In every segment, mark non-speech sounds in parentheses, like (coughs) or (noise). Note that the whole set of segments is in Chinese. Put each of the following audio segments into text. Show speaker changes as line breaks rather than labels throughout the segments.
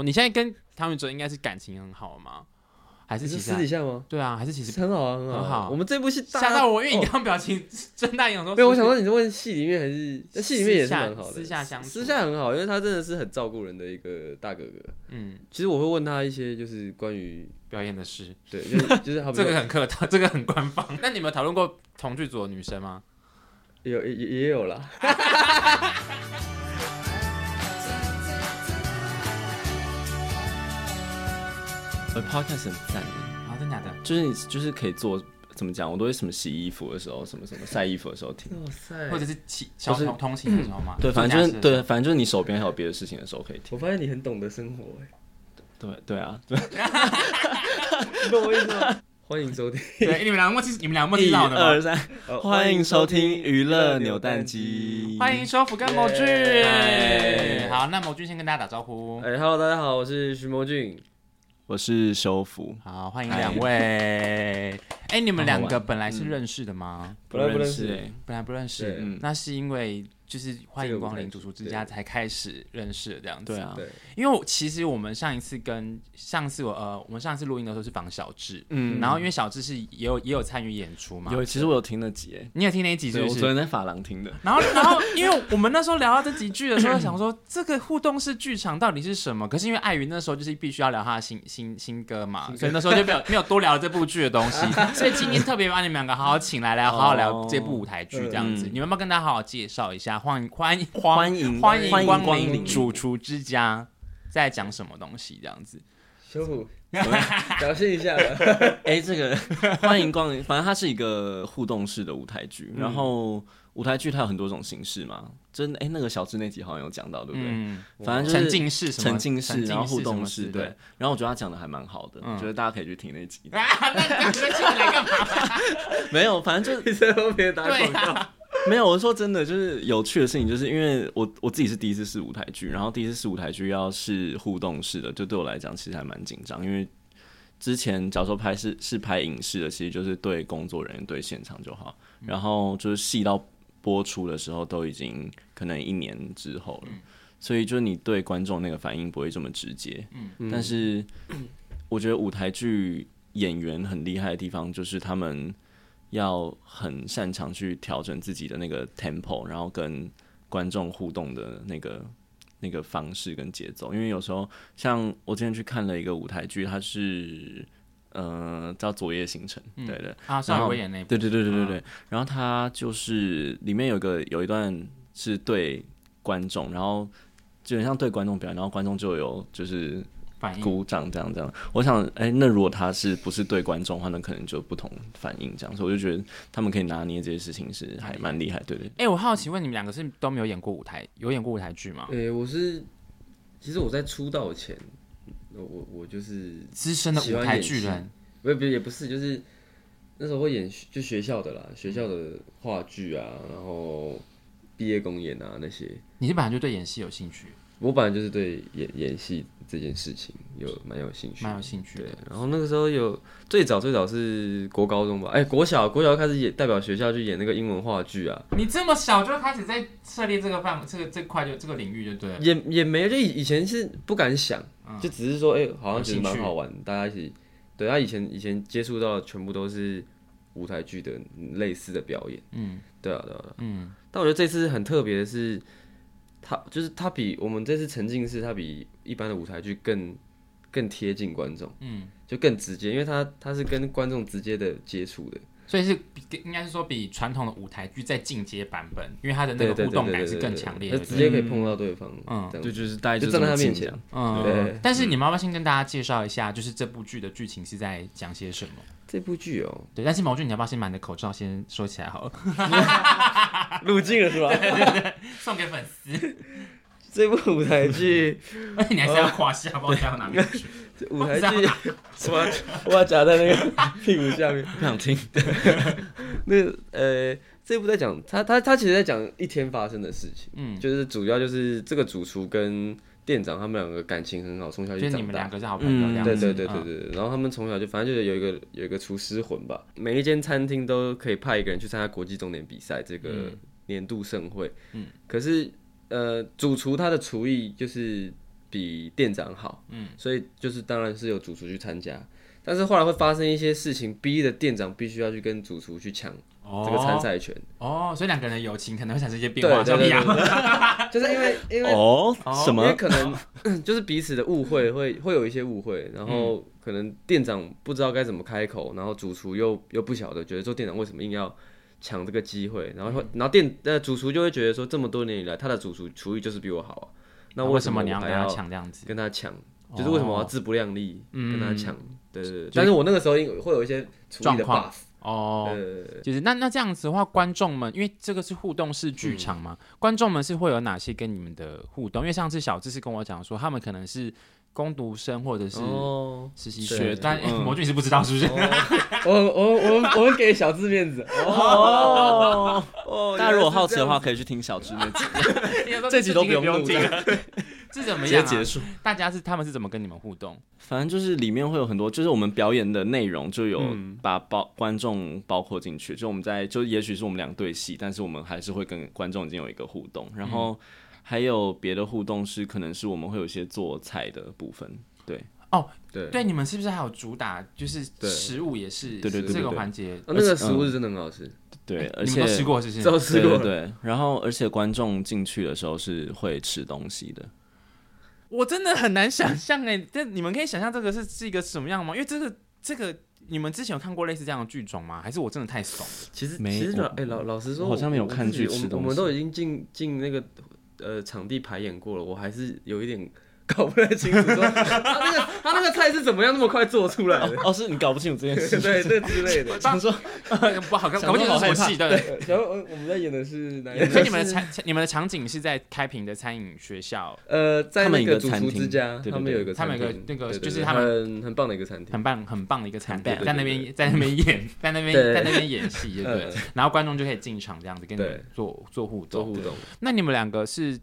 哦你现在跟唐禹哲应该是感情很好吗？还是
你
其
是
实
私底下吗？
对啊？还是其实
很好啊，很好啊，
很好
我们这部戏大
吓到我，因为你
哦
刚刚表情 (laughs) 睁大眼说
没有，我想
说
说你是问戏里面还是那戏里面也是蛮好的，
私下私下相处
私下很好，因为他真的是很照顾人的一个大哥哥。
嗯，
其实我会问他一些就是关于
表演的事，
对，就是就是好比
这
说
个很客套，这个很官方。那你们有讨论过同剧组的女生吗？
有也也也有啦。
我的呃 podcast 很赞耶，
啊，真的假的？
就是你就是可以做怎么讲，我都会什么洗衣服的时候，什么什么晒衣服的时候听。
哇塞
或者是骑小
就是
通通勤的时候吗？
对，反
做
正就
家
是
事
对，反正就是你手边还有别的事情的时候可以听。
我发现你很懂得生活、欸，
对对啊，
你懂我意思吗？欢迎收听，
对，你们两个默契，你们两个默契
一
到的
二
吗？
三，
哦
欢迎收听娱乐扭蛋。机，
欢迎收福跟某俊。
耶
好，那某俊先跟大家打招呼。
哎哎、h e l l o 大家好，我是徐谋俊。
我是修福，
好，欢迎两位。哎、你们两个本来
嗯
是认识的吗？
不
本来不
认
认
识
识
哎，
本来不认识
对，
嗯
那是因为就是欢
这
迎
个舞
光
台
临
剧
主厨之家才开始认识的这样子。
对，啊，
对，
因为我其实我们上一次跟上次我呃，我们上次录音的时候是访小智，
嗯
然后因为小智是也有也有参与演出嘛，
有，其实我有听了几哎，
你有听那一集是
对
不
我
是
昨？天在法郎听的，
然后， (laughs) 然后，因为我们那时候聊到这几句的时候，想说这个互动式剧场到底是什么？可是因为碍于那时候就是必须要聊他的新新新歌嘛，所以那时候就没有没有多聊这部剧的东 (laughs) 西。所以今天特别把你们两个好好请来，来好好聊这部舞台剧这样子。
嗯
你们要不要跟大家好好介绍一下？欢迎欢迎
欢迎
欢迎
欢迎
光
光
临
临
主厨之家，在讲什么东西这样子？
修虎， (laughs) 表现一下吧。 (laughs)
(laughs) 哎、
(laughs)
这个欢迎光临，反正它是一个互动式的舞台剧，
嗯
然后舞台剧它有很多种形式嘛，真的哎、那个小智那集好像有讲到，对不对？
嗯，
反正就是
沉浸式什么
沉浸式，然后
什
互
么
动
之
式，
类
对
的。
然后我觉得他讲的还蛮好的，我觉得大家可以去听那集。
(laughs) 啊，那你们请我来干嘛？
没有，反正就
你在后面打
对
广告。
啊，
(laughs) 没有。我是说真的，就是有趣的事情，就是因为我我自己是第一次试舞台剧，然后第一次试舞台剧要是互动式的，就对我来讲其实还蛮紧张，因为。之前假如说拍是是拍影视的，其实就是对工作人员对现场就好，然后就是戏到播出的时候都已经可能一年之后了，所以就是你对观众那个反应不会这么直接。嗯，但是我觉得舞台剧演员很厉害的地方就是他们要很擅长去调整自己的那个 tempo，然后跟观众互动的那个。那个方式跟节奏，因为有时候像我之前去看了一个舞台剧，它是呃叫《昨夜星辰》，对对，
啊，
然
邵
后
伟演那一部嗯
对对对对对对。然后他就是里面有个有一段是对观众，然后基本上对观众表演，然后观众就有就是
反应，
鼓掌这样这样。我想，哎、那如果他是不是对观众的话，那可能就不同反应这样。所以我就觉得他们可以拿捏这些事情是还蛮厉害，对对。
哎、我好奇问你们两个是都没有演过舞台，有演过舞台剧吗？
哎、我是，其实我在出道前，我我我就是
资深的舞台剧人，
不不也不是，就是那时候会演就学校的啦，学校的话剧啊，然后毕业公演啊那些。
你是本来就对演戏有兴趣，
我本来就是对演演戏这件事情有蛮有兴趣的，
蛮有兴趣的。
然后那个时候有最早最早是国高中吧，哎、国小国小开始演代表学校去演那个英文话剧啊，
你这么小就开始在涉猎这个范这个这块就这个领域就对了。
也也没就以以前是不敢想，就只是说哎、好像觉
嗯
得
有兴
蛮
趣
好玩，大家一起。对他以前以前接触到的全部都是舞台剧的类似的表演，
嗯
对啊对啊。对啊
嗯，
但我觉得这次很特别的是，它就是它比我们这次沉浸式，它比一般的舞台剧更更贴近观众，
嗯，
就更直接，因为它它是跟观众直接的接触的。
所以是比应该是说比传统的舞台剧在进阶版本，因为它的那个
对
互
对对
动
对
感
对
是
对
更
对
强
对
烈的。
就直
对
接可以碰到对方，
嗯
这样
对，就是大家
就
这
站在
么
他面
近
前
这样。
嗯，
对
但是你们要不要先跟大家介绍一下，就是这部剧的剧情是在讲些什么？
这部剧哦，
对，但是毛俊，你要不要先把你的口罩先收起来好了，
(laughs) 入境了是
(laughs)
吧？
送给粉丝。
这部舞台剧，
(laughs) 而且你还是要胯下，不知道要哪边去。
这舞台剧，什么？我要夹在那个屁股下面。
不想听，
那个呃，这部在讲他他他其实在讲一天发生的事情，
嗯，
就是主要就是这个主厨跟店长他们两个感情很好，从小
(laughs) 就
就是
你
长
们
大
两。个是好朋友这
嗯
样
对
子。
对对
嗯
对对，对然后他们从小就反正就是有一个有一个厨师魂吧，每一间餐厅都可以派一个人去参加国际重点比赛这个
嗯
年度盛会。嗯，可是呃，主厨他的厨艺就是比店长好，嗯，所以就是当然是有主厨去参加，但是后来会发生一些事情，逼的店长必须要去跟主厨去抢
嗯
这个参赛权，
哦，所以两个人的友情可能会产生一些变
对
化，
对
像
对
你啊，
对，就是因为因为
哦，什
因为
么？
可能就是彼此的误会会会有一些误会，然后可能店长不知道该怎么开口，然后主厨又又不晓得，觉得说店长为什么硬要抢这个机会，然后会然后店呃主厨就会觉得说这么多年以来他的主厨厨艺就是比我好啊，那
为
什
什么你
我
要
还
跟
要
他抢这样子？
跟他抢？就是为什么我要
哦
自不量力
嗯
跟他抢？对对对，但是我那个时候因会有一些厨艺
状
的
况
buff，
哦，
呃，
就是那那这样子的话，观众们因为这个是互动式剧场嘛，
嗯
观众们是会有哪些跟你们的互动？因为上次小智是跟我讲说，他们可能是攻读生或者是
哦，
实习
对
生，但哦
嗯
哎魔君是不知道是不是？
哦我我我我们给小智面子
哦，
哦，
大家如果好奇的话，可以去听小
(laughs)
智那集，
(laughs) 这集都不用录
(laughs) 这个是怎么
直
样
接
啊？
结束。
大家是他们是怎么跟你们互动？
(laughs) 反正就是里面会有很多，就是我们表演的内容就有把包观众包括进去，就我们在就也许是我们两对戏，但是我们还是会跟观众已经有一个互动，然后还有别的互动是可能是我们会有一些做菜的部分，对，
对
对，嗯你们是不是还有主打就是
对
食物也是
对对对对
这个
对
环节？
哦那个食物是真的很好吃，
对，呃而
你
且
们都吃过是不是？
都吃过
对对对，然后而且观众进去的时候是会吃东西的，
我真的很难想象哎，但你们可以想象这个是是一个什么样吗？因为这个这个，你们之前有看过类似这样的剧种吗？还是我真的太怂？
其实
没
其实老
我
哎、老老实说，
我好像没有看
我自己
剧吃
我们
东
我们
西
都已经进进那个呃场地排演过了，我还是有一点搞不太清楚说他那个他那个菜是怎么样那么快做出来的，
哦，是你搞不清楚这
(laughs)
件事，
对对之类的。
想说 (laughs) 不好，搞搞不清楚是什么戏，对不对？
对，然后呃我们在演的是哪一
所以
个？
你们的场你们的场景是在开平的餐饮学校，
呃，在
他们
那
一个
主
餐
厨
厅
之家，
对对
他们
对
有一个
他们
餐
有个
厅
那个
对对
就是
对
他
很很棒的一个餐厅。
很棒很棒的一个餐厅
很，棒
在那
对
边在那边演，在那边
对
在那边演戏，对不对
嗯？
然后观众就可以进场这样子跟你们
对
做做互
做
动
互。动，
那你们两个是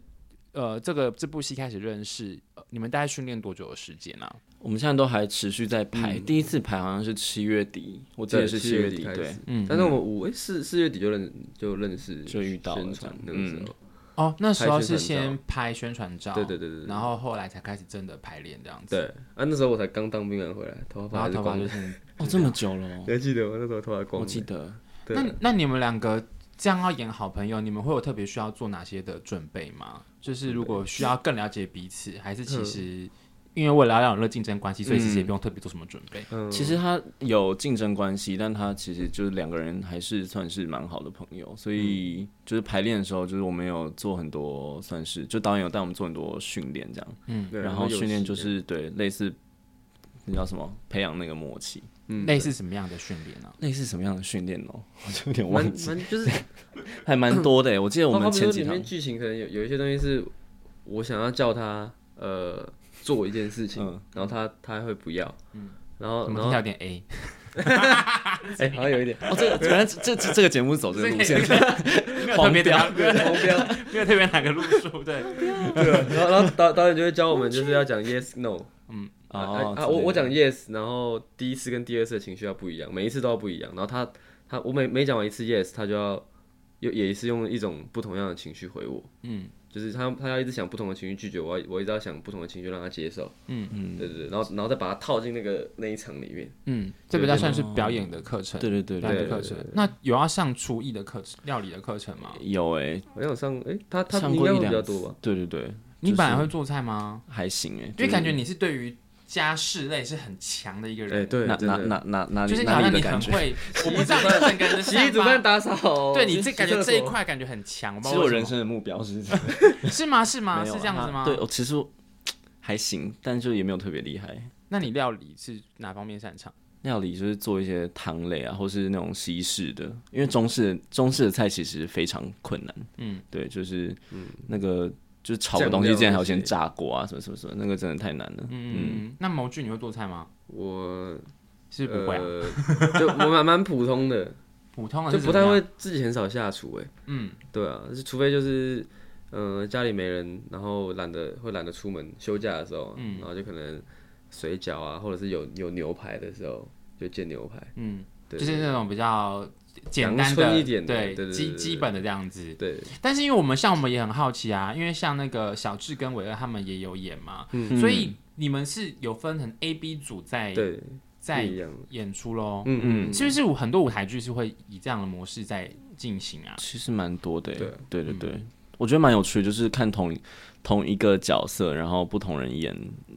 呃，这个这部戏开始认识，呃你们大概训练多久的时间啊？
我们现在都还持续在排，
嗯
第一次排好像是七月底，我记得是
七
七月
底
底，
开
对
始，。
嗯
但是我们五哎四四月底就认就认识，
就遇到了
宣传那
这样
个时
嗯
候，
哦，那时候是
拍宣传照
先拍宣传照，
对对对对对
然后后来才开始真的排练这样子。
对，啊那时候我才刚当兵完回来，头发
然后
还是
头发
光
就
的。 (laughs)
是。
哦，这么久了哦，
你还记得我那时候头发光的？
我记得。
对啊
那那你们两个这样要演好朋友，你们会有特别需要做哪些的准备吗？就是如果需要更了解彼此，还是其
嗯
实因为为了要有那竞争关系，所以其实也不用特别做什么准备。
嗯，
其实他有竞争关系，但他其实就是两个人还是算是蛮好的朋友，所以就是排练的时候，就是我们有做很多算是，就导演有带我们做很多训练这样，
对
然后
有
训练
时
就
间
是对类似那叫什么培养那个默契，
嗯
类似什么样的训练呢？
类似什么样的训练哦， (laughs) 我就有点
蛮
忘记，
蛮就是，
还蛮多的耶。 (laughs) 我记得我
包括
们
比如说
前几
里
堂
面剧情可能有有一些东西是我想要叫他呃做一件事情
嗯，
然后他他会不要，然后
怎么
哦然
听
后
起来有点 A？
哎好像有一点 (laughs)
哦，这个反正这这这个节目是走这个路线，
(laughs) 没有特别的
黄
没有
红标，
(laughs) 没有特别哪个路数，对，
对， (laughs) 然后然后导导演就会教我们就是要讲 yes no，啊
哦
啊啊我我讲 yes，然后第一次跟第二次的情绪要不一样，每一次都要不一样，然后他他我每每讲完一次 yes，他就要又也是用一种不同样的情绪回我。
嗯
就是他他要一直想不同的情绪拒绝，我要我一直要想不同的情绪让他接受，
嗯
对对对，然后然后再把它套进那个那一场里面，
嗯，这比较算是表演的课程，
对对对
表演的
对，
课程。那有要上厨艺的课程、料理的课程吗？
有哎，
好像有上哎、他他
上
应
过
该
一
会比较
两
多
次
吧，，
对对对，
你
就是
本来会做菜吗？
还行哎，
因为
就
感觉你是对于家事类是很强的一个
哎、
人，
对，
哪
真
哪
的
哪哪哪
就是
里
你好
哪里
像
的
你很
感觉？
会，我不知道你整个人的
洗
(laughs)
衣煮饭
散发
打扫，
对你这感觉
洗
这一
厕所，
块感觉很强，我不知
其实
道
我
为什么
人生的目标是是
(laughs) 是吗？是吗？是这样子吗？
啊对，我哦其实我还行，但就也没有特别厉害。
那你料理是哪方面擅长？
料理就是做一些汤类啊，或是那种西式的，因为中式中式的菜其实非常困难。
嗯，
对，就是那个就是炒个东西，
酱料
竟然还要先
那些
炸锅啊，什么什么什么，那个真的太难了。
嗯，那毛剧你会做菜吗？
我
是不是不会啊，
呃，就 (laughs) 我蛮蛮普通的，
普 (laughs) 通的
就是不
怎
太
么样
会。自己很少下厨哎、
嗯，
对啊，就是除非就是，嗯、家里没人，然后懒得会懒得出门，休假的时候，然后就可能水饺啊，或者是有有牛排的时候就煎牛排，
嗯，
对
就是那种比较简单的
阳春一点的
对
对对对
基
对
基本的这样子。
对，
但是因为我们像我们也很好奇啊，因为像那个小智跟伟二他们也有演嘛，
嗯
所以你们是有分成 A、B 组在
对，不
在
一样。
演出喽。
嗯嗯，
是不是很多舞台剧是会以这样的模式在进行啊？
其实蛮多的欸，
对嗯
对对对，我觉得蛮有趣的，就是看同同一个角色，然后不同人演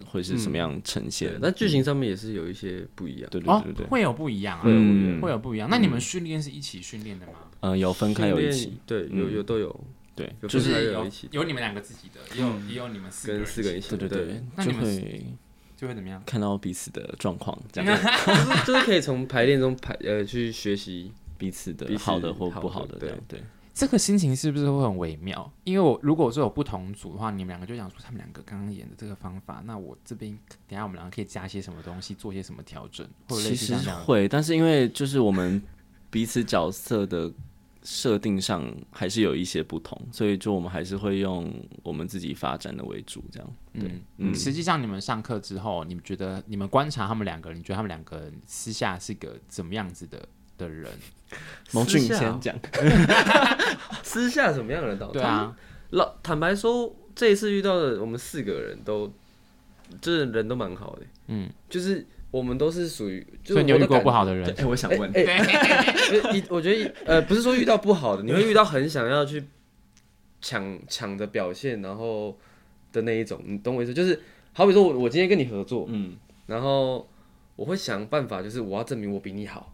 会是什么样呈现
对，。那剧情上面也是有一些不一样。
对对
哦
对对，，对，
会有不一样啊，
会有不一
嗯
样
会有不一样。那你们训练是一起训练的吗？
呃，有分开有一
训
起，
练对，有有都有
对，
有
就
分
是
开
是
有
有
一起嗯
有你们两个自己的，也有也有你们四个
跟
人
四个人一
一起
起，
对对对，
那
就
你们
会
就会怎么样？
看到彼此的状况，
(laughs)
这样
就是就是可以从排练中排呃去学习。
彼此的
彼此
好的或
好
不
的
好的这
对
样，对，
这个心情是不是会很微妙？因为我如果说有不同组的话，你们两个就想说他们两个刚刚演的这个方法，那我这边等一下我们两个可以加些什么东西，做些什么调整，或者类
其
似
实
像这样。
会，但是因为就是我们彼此角色的设定上还是有一些不同，所以就我们还是会用我们自己发展的为主，这样。
嗯，嗯实际上你们上课之后，你们觉得你们观察他们两个，你觉得他们两个人私下是个怎么样子的的人？
蒙俊
私下哦
先讲，
私下怎么样的导？
对啊，
老坦白说，这一次遇到的我们四个人都，就是人都蛮好的，
嗯，
就是我们都是属于，就是
所以你有遇
我的
过
感
不好的人？
(laughs) 哎，我想问，
哎、欸，一我觉得一呃，不是说遇到不好的，你会遇到很想要去抢抢着表现，然后的那一种，你懂我意思？就是好比说我我今天跟你合作，
嗯，
然后我会想办法，就是我要证明我比你好。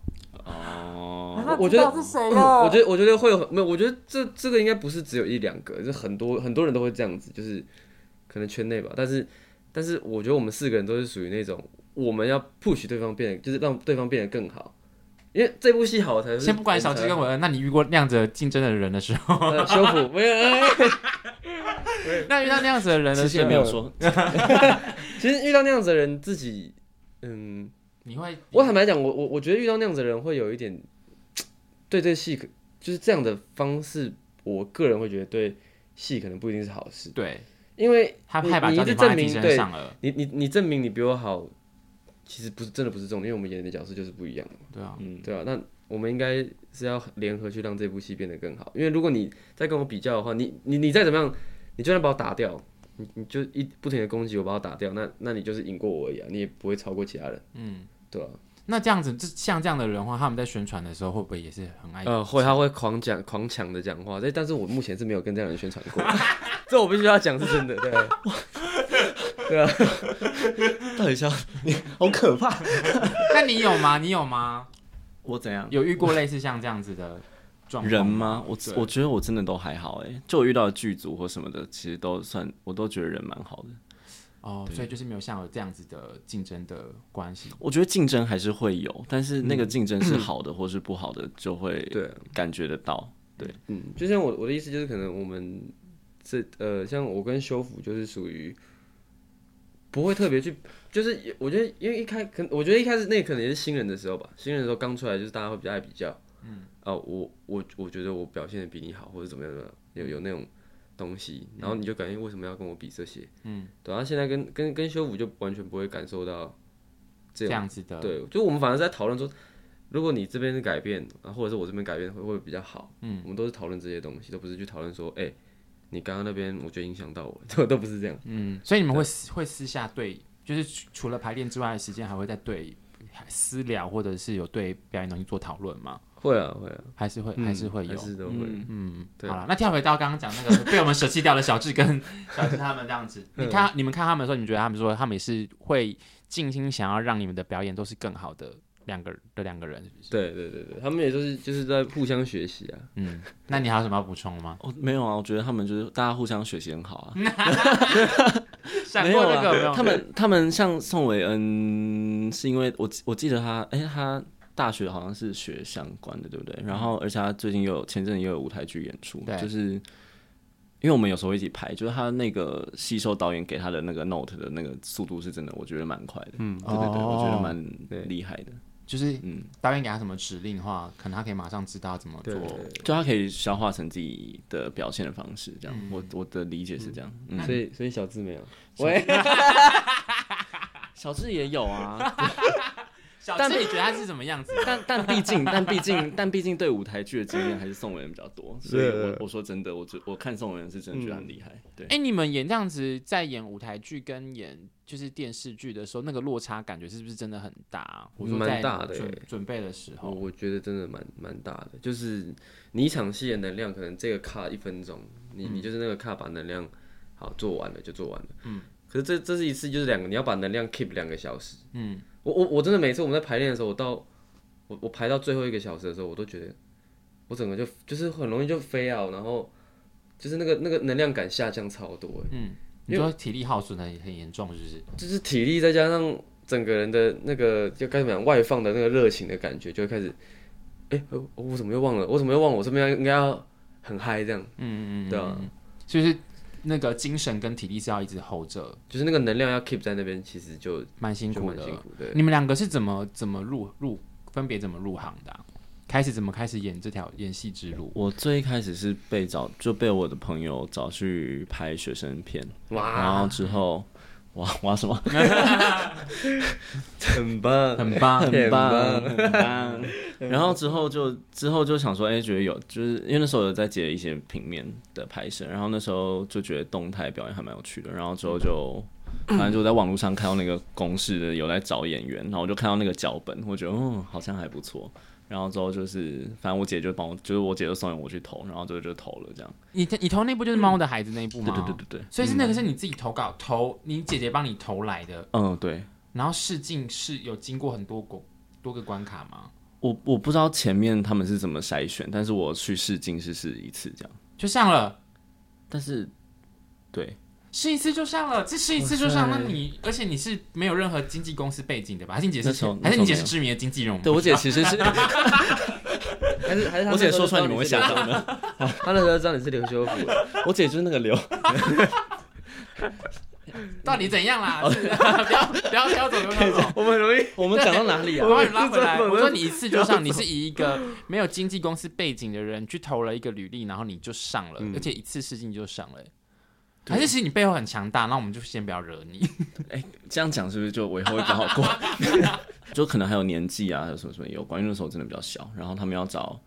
哦，
我觉得
是谁
嗯我
嗯
了？
觉得我觉得会有没有？我觉得这这个应该不是只有一两个，就是很多很多人都会这样子，就是可能圈内吧。但是但是我觉得我们四个人都是属于那种我们要 push 对方变得，就是让对方变得更好。因为这部戏好才是
先不管小鸡跟
我们才
我，那你遇过那样子竞争的人的时候，
呃，修复 (laughs) 没有。哎
那遇到那样子的人的
其实
时
也
候
没，有说，
其实遇到那样子的人，自己，嗯，
你会
我坦白讲，我我我觉得遇到那样子的人会有一点，对这戏可就是这样的方式，我个人会觉得对戏可能不一定是好事，
对
因为
他
你
害把
你
焦
一
点
直
放在
证
自己
明
身
对
上了，
你你你证明你比我好，其实不是真的不是重点，因为我们演的角色就是不一样，
对啊，
嗯，
对啊，那我们应该是要联合去让这部戏变得更好，因为如果你再跟我比较的话，你你你再怎么样，你就算把我打掉。你你就一不停的攻击我，把我打掉，那那你就是赢过我而已啊，你也不会超过其他人，
嗯。
对啊。
那这样子，这像这样的人的话，他们在宣传的时候会不会也是很爱？
呃，会，他会狂讲、狂抢的讲话，但但是我目前是没有跟这样的人宣传过，这我必须要讲是真的，对啊，对啊，
(laughs) 到底想你好可怕，
那你有
(laughs)
吗？你有吗？
我怎样？
有遇过类似像这样子的状况
人吗？
啊
我
对
我觉得我真的都还好哎、就我遇到的剧组或什么的，其实都算我都觉得人蛮好的。
哦，所以就是没有像有这样子的竞争的关系。
我觉得竞争还是会有，但是那个竞争是好的或是不好的，就会
对
感觉得到。
嗯，就像我我的意思就是，可能我们这呃，像我跟修复就是属于不会特别去，就是也我觉得因为一开，可能我觉得一开始那可能也是新人的时候吧，新人的时候刚出来就是大家会比较爱比较，嗯，啊，我我我觉得我表现的比你好，或者怎么样怎么样，有有那种东西，然后你就感觉为什么要跟我比这些，嗯，对，然后现在跟跟跟修复就完全不会感受到这
这
样。
样子的，
对，就我们反而是在讨论说，如果你这边改变，啊，或者是我这边改变会会不会比较好？嗯，我们都是讨论这些东西，都不是去讨论说，哎、你刚刚那边我觉得影响到我， (laughs) 都都不是这样。
嗯，所以你们会私会私下对，就是除除了排练之外的时间，还会再对私聊，或者是有对表演东西做讨论吗？
会啊，会啊，
还是会、
嗯
还是会有
还？是都会。
嗯，
对
好了，那跳回到刚刚讲那个 (laughs) 被我们舍弃掉的小智跟 (laughs) 小智他们这样子，你看你们看他们的时候，你们觉得他们说他们也是会尽心想要让你们的表演都是更好的两个的两个人，是不是？
对对对对，他们也就是就是在互相学习啊。
嗯，那你还有什么要补充吗？
哦，没有啊，我觉得他们就是大家互相学习
(laughs)
很好啊。
闪
没有
过这
啊，
个没有？
他们他们像宋伟恩，是因为我记我记得他，哎、他大学好像是学相关的，对不对？然后而且他最近又有前阵子又有舞台剧演出
对，
就是因为我们有时候一起拍，就是他那个吸收导演给他的那个 note 的那个速度是真的，我觉得蛮快的。嗯，对对对，
哦
我觉得蛮厉害的。
就是
嗯，
导演给他什么指令的话，可能他可以马上知道怎么
对
做。
就他可以消化成自己的表现的方式，这样。我我的理解是这样。嗯，
所以所以小智没有，喂，
小智也有啊，
小
但
七，你觉得他是怎么样子？
但但毕竟，但毕竟，但毕竟对舞台剧的经验还是宋文元比较多，所以
对
我
对对
我说真的，我觉我看宋文元是真的觉得很厉害。对，
哎、你们演这样子，在演舞台剧跟演就是电视剧的时候，那个落差感觉是不是真的很大啊？我说在
蛮大的
准
耶
准备的欸时
我
候，
我觉得真的蛮蛮大的，就是你一场戏的能量，可能这个卡一分钟，你你就是那个卡把能量好做完了就做完了，嗯。可是这这是一次就是两个，你要把能量 keep 两个小时。
嗯，
我我我真的每次我们在排练的时候，我到我我排到最后一个小时的时候，我都觉得我整个就就是很容易就飞啊，然后就是那个那个能量感下降超多，欸
你说体力耗损很很严重，是不是？
就是体力再加上整个人的那个就该怎么讲外放的那个热情的感觉，就会开始，哎、呃我我怎么又忘了？我怎么又忘了？我这边应该要很嗨这样，
嗯嗯嗯，
对啊，
就是那个精神跟体力是要一直 hold 着，
就是那个能量要 keep 在那边，其实就
蛮辛
就
苦
蛮
的。
辛苦的。
你们两个是怎么怎么入入分别怎么入行的啊、开始怎么开始演这条演戏之路？
我最一开始是被找就被我的朋友找去拍学生片，然后
哇，
之后哇哇什么
很棒，
很棒，
很棒
棒
很棒， (laughs) 然后之后就之后就想说，哎、觉得有就是因为那时候有在接一些平面的拍摄，然后那时候就觉得动态表演还蛮有趣的，然后之后 (coughs) 就。反正就在网络上看到那个公式的有在找演员，然后我就看到那个脚本，我觉得嗯好像还不错。然后之后就是，反正我姐就帮我，就是我姐就送我去投，然后最后就投了这样。
(laughs) 你你投那部就是《猫的孩子》那一部
对
吗？
对对对对，
所以是那个是你自己投稿投，你姐姐帮你投来的，
嗯对，
然后试镜是有经过很多过多个关卡吗？
我我不知道前面他们是怎么筛选，但是我去试镜是试一次这样，
就上了，
但是对
试一次就上了，这试一次就上，
哇
那
塞
你而且你是没有任何经纪公司背景的吧？还是你姐是
那时候
还是你姐是
那时候没有
知名的经纪人？
对，我姐其实 (laughs)
还
是
是还是他
我姐
那时候
说出来
就
你们会想
知道
到的，
你 (laughs) 是，他那时候知道你是刘修福，
我姐就是那个刘，
到底怎样啦？是不要不要挑走，不要挑走。
(laughs) 我们很容易
(laughs) 我们讲到哪里
我 (laughs) 把
啊？
你拉回来。
(laughs) 我
我说你一次就上，你是以一个没有经纪公司背景的人去投了一个履历，然后你就上
嗯
了，而且一次试镜就上了。还是其实你背后很强大，那我们就先不要惹
(laughs)
你。
这样讲是不是就我以后会比较好过？ (laughs) 就可能还有年纪啊，还有什么什么有关，因为那时候我真的比较小，然后他们要找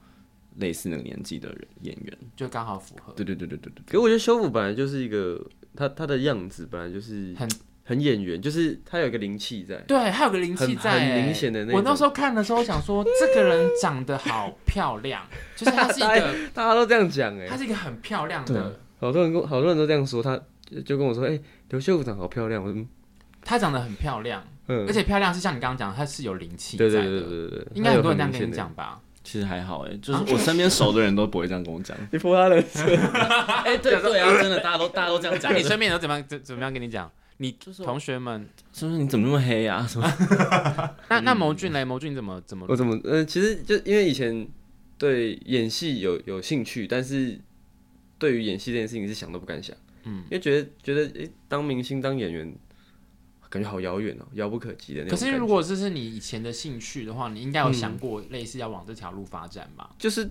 类似那个年纪的人演员，
就刚好符合。
对对对对对对，
可我觉得修复本来就是一个他他的样子本来就是
很
很演员，就是他有一个灵气在，
对，还有个灵气
很
在、欸，
很明显的那
我那
种
时候看的时候想说，这个人长得好漂亮，就是她是一个，
大家都这样讲哎、
她是一个很漂亮的，
好多人跟我好多人都这样说，他就就跟我说，哎、刘秀长好漂亮，我说
她长得很漂亮，
嗯，
而且漂亮是像你刚刚讲，她是有灵气在
对
的。
对对对对对，
应该很多人这样
他有很
跟
明
你
显的，
讲吧？
其实还好哎、就是我身边熟的人都不会这样跟我讲，
你泼他的，
(laughs) 哎、对对啊，真的大家都大家都这样
啊那你身边人都怎么样？怎怎么样跟你讲？你
(laughs) 就是
同学们，
是不是你怎么那么黑啊？什么？
那那牟俊嘞，牟俊怎么怎么
嗯我？怎么嗯、其实就因为以前对演戏有有兴趣，但是对于演戏这件事情是想都不敢想，
嗯，
因为觉得觉得哎、诶当明星当演员感觉好遥远哦，遥不可及的那
可
种感觉。
是如果这是你以前的兴趣的话，你应该
嗯
有想过类似要往这条路发展吧？
就是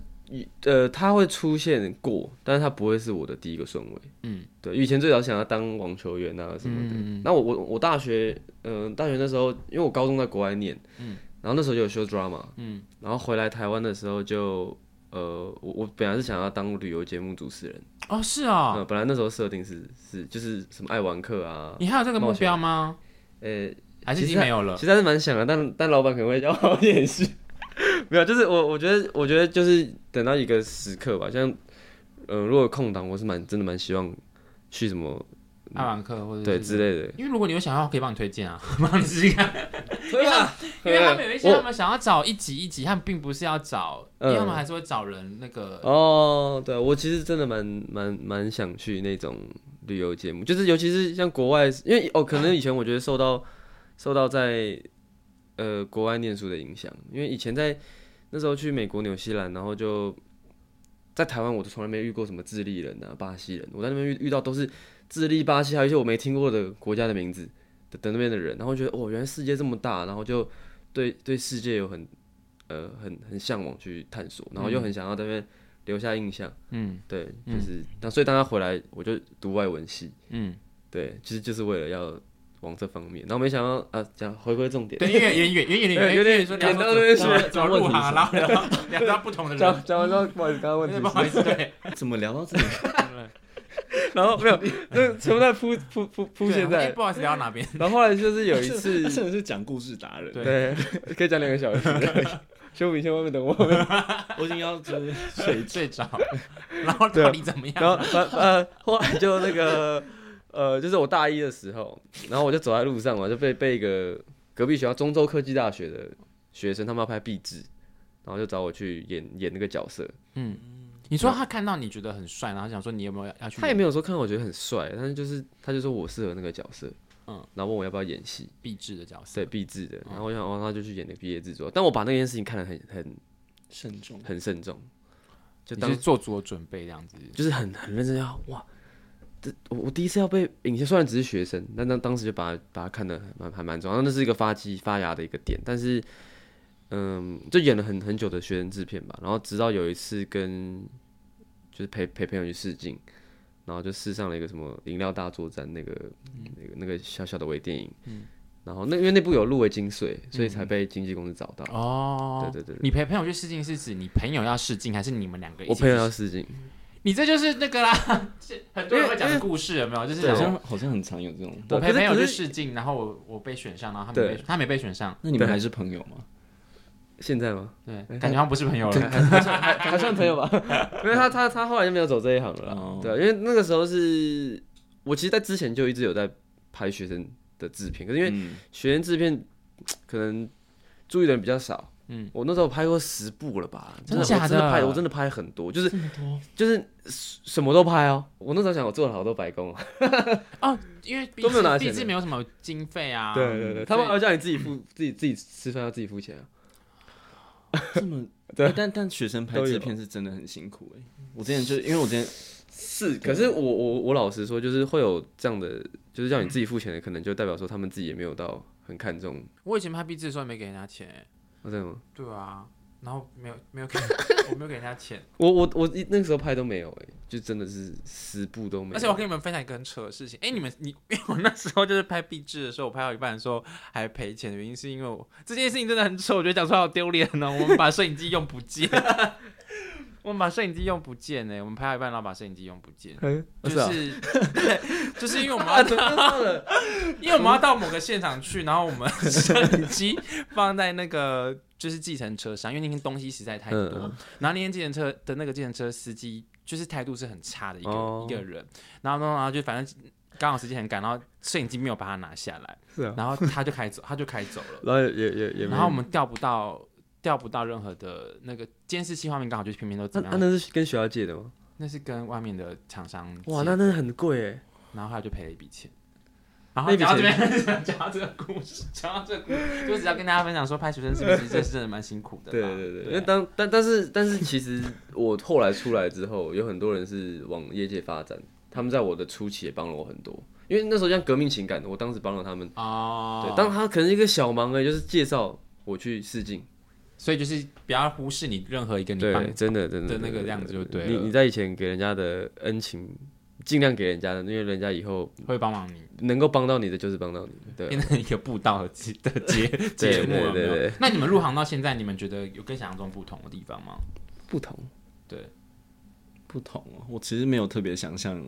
呃，他会出现过，但是他不会是我的第一个顺位。
嗯，
对，以前最早想要当网球员啊什么的。
嗯
那我我我大学，嗯、大学那时候，因为我高中在国外念，
嗯，
然后那时候就有修 drama，
嗯，
然后回来台湾的时候就，呃，我我本来是想要当旅游节目主持人，
哦，是哦，
呃，本来那时候设定是是就是什么爱玩客啊，
你还有这个目标吗？
呃、
还是已
其实
经没有了？
其实还是蛮想的，但但老板可能会要我好好演戏。 (laughs) 没有，就是我我觉得我觉得就是等到一个时刻吧，像嗯、呃如果有空档，我是蛮真的蛮希望去什么
艾晚课或者
嗯对
是
之类的。
因为如果你有想要，可以帮你推荐
(laughs)
啊，帮你试试看。
对啊吧？
因为他们有一些他们想要找一集一集，他们并不是要找，因
嗯
为他们还是会找人那个。
哦，对我其实真的蛮蛮蛮想去那种旅游节目，就是尤其是像国外，因为哦，可能以前我觉得受到受到在呃国外念书的影响，因为以前在那时候去美国、纽西兰，然后就在台湾，我都从来没遇过什么智利人啊、巴西人，我在那边遇遇到都是智利、巴西，还有一些我没听过的国家的名字的的那边的人，然后觉得哦，原来世界这么大，然后就对对世界有很呃很很向往去探索，然后又很想要在那边留下印象，
嗯
对，就是那、所以当他回来，我就读外文系，
嗯，
对，其实就是为了要往这方面。然后没想到啊，讲回归重点，
对，因为远远远远远
呃有点
说你要
点到那边去
说走入
讲
行，啊然后聊到聊到不同的人，
讲讲完之后，不好意思，刚刚问题
对哎不好意思，对，
对 (laughs) 怎么聊到这 (laughs) 里？
是，然后没有，那全部在铺铺铺铺现
对哎
在。
不好意思聊到哪边？
然后后来就是有一
(laughs)
次
(laughs) 他，甚至是讲故事达人。
对
对， (laughs) 可以讲两个小时。 (laughs) 修明先外面等我们。
我已经要 (laughs) 就是
睡睡着，
(laughs)
然后
对
到底怎么
(laughs) 然后
样？
呃呃，后来就那个呃，就是我大一的时候，然后我就走在路上嘛，就被被一个隔壁学校中州科技大学的学生，他们要拍壁纸，然后就找我去演演那个角色。
你说他看到你觉得很帅，然后想说你有没有要去
他也没有说看我觉得很帅，但是就是他就说我适合那个角色，嗯
嗯，
然后问我要不要演戏，
必制的角色
对，？壁纸的。然后我想，哦，那就去演个毕业制作。但我把那件事情看得很很
慎重。
很慎重，就
你
当
是做足了准备这样子，
就是很很认真要哇，这我我第一次要被影响，虽然只是学生，但当当时就把它把它看得蛮还蛮重要，然后那是一个发迹发芽的一个点，但是嗯，就演了很很久的学生制片吧，然后直到有一次跟就是陪陪朋友去试镜，然后就试上了一个什么饮料大作战那个、
嗯
那个那个小小的微电影，然后那因为那部有入围金穗，所以才被经纪公司找到，
嗯哦，
对对对对
你陪朋友去试镜是指你朋友要试镜，还是你们两个一起？
我朋友要，试镜，
你这就是那个啦， (laughs) 是很多人会讲的故事有没有？就是
好
想
像
说
好像很常有这种。
我陪
可是
朋友
可
去
是
试镜，然后我我被选上，然后他没
对
被他没被选上，
那你们还是朋友吗？
现在吗？
对，感觉好像不是朋友了。
还算朋友吧， (laughs) 因为他他他后来就没有走这一行了啦。
哦
对，因为那个时候是我其实，在之前就一直有在拍学生的制片，可是因为
为
学生制片可能注意的人比较少。嗯
嗯，
我那时候拍过十部了吧？
真
的
的
我
假
真的
的
拍，我真的拍很多，就是就是什么都拍哦。我那时候想，我做了好多白工啊。
哦， (laughs) 因为毕
都没有拿
毕
钱的
竟没有什么经费啊。嗯
他
所以
们呃还要叫你自己付，自己自己吃饭要自己付钱啊。
这么
对
欸但但学生拍
都有
制片是真的很辛苦哎、我之前就因为我之前
是，可是我我我老实说，就是会有这样的，就是叫你自己付钱的，可能就代表说他们自己也没有到很看重。
我以前拍毕制的时候也没给人家钱，
哦、真的吗？
对啊，然后没有没有
(laughs)
给，我没有给人家钱。
我我我一那个时候拍都没有哎、就真的是十部都没有。
而且我跟你们分享一个很扯的事情，哎、你们你 (laughs) 因为我那时候就是拍壁纸的时候，我拍到一半的时候还赔钱的原因，是因为我这件事情真的很丑，我觉得讲出来好丢脸
(laughs)
哦。我们把摄影机用不见， (laughs) 我们把摄影机用不见欸呢、我们拍到一半然后把摄影机用不见，
嗯，
就是
啊，
是、对， (laughs) 就是因为我们要 (laughs) 因为我们要到某个现场去，然后我们摄影机放在那个就是计程车上，因为那天东西实在太多。
嗯
然后那天计程车的那个计程车司机就是态度是很差的一个、
哦
一个人，然后然后就反正刚好时间很赶，然后摄影机没有把他拿下来，
是啊
然后他就开走，他就开走了。
然后也也 (laughs) 也也没。
然后我们调不到调不到任何的那个监视器画面，刚好就是偏偏都
那
怎么
那
样？
那是跟学校借的吗？
那是跟外面的厂商
哇，
借
那那很贵哎、
然后他就赔了一笔钱。然后
那笔
讲到这边， (laughs) 讲到这个故事，讲到这个故事，就只要跟大家分享说，拍学生是不是这是真的蛮辛苦的
对
啦。
对对，因为当但但是但是其实我后来出来之后，有很多人是往业界发展，他们在我的初期也帮了我很多，因为那时候像革命情感，我当时帮了他们。
哦，
对，当他可能一个小忙而已，就是介绍我去试镜，
所以就是不要忽视你任何一个你帮
对，真的真的
的那个样子就对
你
了
你在以前给人家的恩情，尽量给人家的，因为人家以后
会帮忙你
能够帮到你的就是帮到你，对
变，成一个布道的节的节节目有没
(laughs) 对对对
有？那你们入行到现在，你们觉得有跟想象中不同的地方吗？
不同，
不同哦，我其实没有特别想象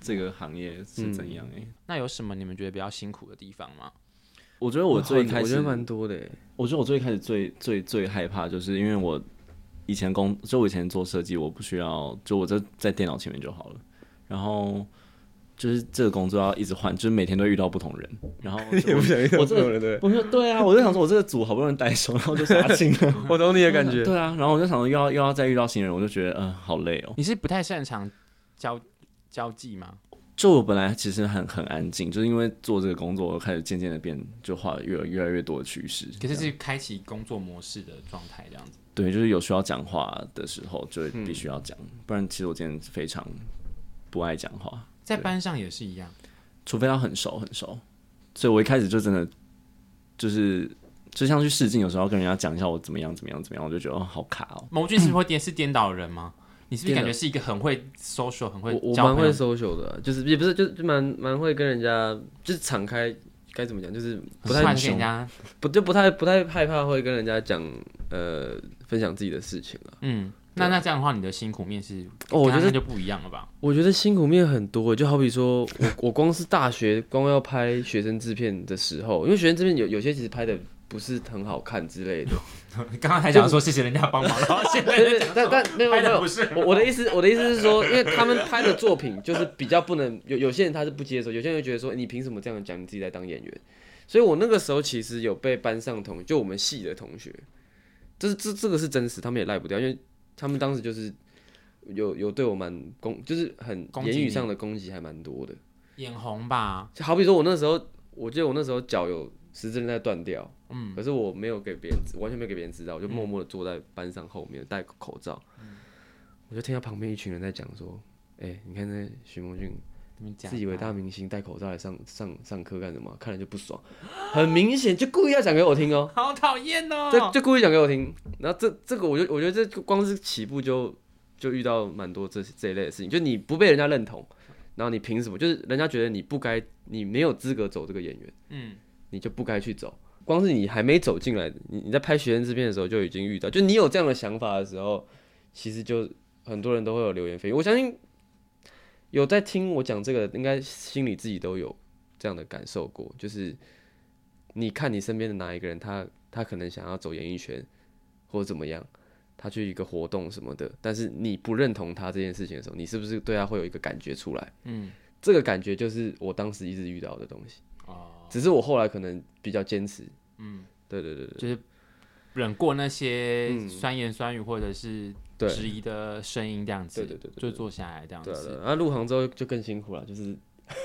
这个行业是
嗯
怎样哎、
那有什么你们觉得比较辛苦的地方吗？
我觉得我最开
我觉
始
得，蛮多 (laughs) 的耶，
我觉得我最开始最最最害怕，就是因为我以前工，就我以前做设计，我不需要，就我在在电脑前面就好了。然后就是这个工作要一直换，就是每天都遇到不同人。然后
也不 (laughs) 想遇到
我
这
这
种人，对，
我说对啊，我就想说，我这个组好不容易带熟，然后就杀青了。
我懂你的感觉，
对啊，然后我就想说，又要又要再遇到新人，我就觉得嗯、呃好累哦。
你是不太擅长交交际吗？
就我本来其实很很安静，就是因为做这个工作，我开始渐渐的变，就画越越来越多的趋势。
可是
这样
是
啊
开启工作模式的状态这样子。
对，就是有需要讲话的时候，就会
嗯
必须要讲，不然其实我今天非常不爱讲话，
在班上也是一样，
除非要很熟很熟。所以我一开始就真的就是就像去试镜，有时候要跟人家讲一下我怎么样怎么样怎么样，我就觉得哦好卡哦。
(clears throat)
某俊是不是会颠是颠倒人吗？你是不是感觉是一个很会 social、很会
我我
交
蛮
朋
会
友、
social 的啊、就是也不是就是蛮蛮会跟人家就是敞开，该怎么讲，就是不
很
太
快跟人家
不就不太不太害怕会跟人家讲呃分享自己的事情啊。
嗯？那那这样的话，你的辛苦面是
哦我
跟他
觉得
就不一样了吧？ (laughs)
我觉得辛苦面很多，就好比说我 (laughs) 我光是大学光要拍学生制片的时候，因为学生制片有有些其实拍的不是很好看之类的，
(laughs) 刚刚还想说谢谢人家帮忙，然后现
(laughs)
在
对对，但但没有没
拍
有没
的
有
不，是
我我的意思我的意思是说，因为他们拍的作品就是比较不能有有些人他是不接受，有些人就觉得说你凭什么这样讲你自己在当演员，所以我那个时候其实有被班上同就我们系的同学，这是这这个是真实，他们也赖不掉，因为他们当时就是有有对我蛮攻，就是很
攻击
言语
你
上的攻击还蛮多的，
眼红吧？
就好比说我那时候，我记得我那时候脚有十字韧带断掉，嗯，可是我没有给别人知，完全没有给别人知道，我就默默的坐在班上后面戴口罩，我就听到旁边一群人在讲说，哎、你看那徐梦俊
怎么讲？啊
自以为大明星戴口罩来上上上课干什么？看了就不爽，很明显就故意要讲给我听哦、
好讨厌哦！
这就故意讲给我听，然后这这个我就我觉得这光是起步就就遇到蛮多这这一类的事情，就你不被人家认同，然后你凭什么？就是人家觉得你不该，你没有资格走这个演员，
嗯，
你就不该去走。光是你还没走进来，你你在拍学生制片的时候就已经遇到，就你有这样的想法的时候，其实就很多人都会有流言蜚语。我相信有在听我讲这个，应该心里自己都有这样的感受过，就是你看你身边的哪一个人，他他可能想要走演艺圈或者怎么样，他去一个活动什么的，但是你不认同他这件事情的时候，你是不是对他会有一个感觉出来？
嗯，
这个感觉就是我当时一直遇到的东西，
哦，
只是我后来可能比较坚持。嗯，对对对对
就是忍过那些
嗯
酸言酸语或者是
对
质疑的声音，这样子，
对对对对
就坐下来这样
对啊对
子。
啊，那入行之后就更辛苦了，就是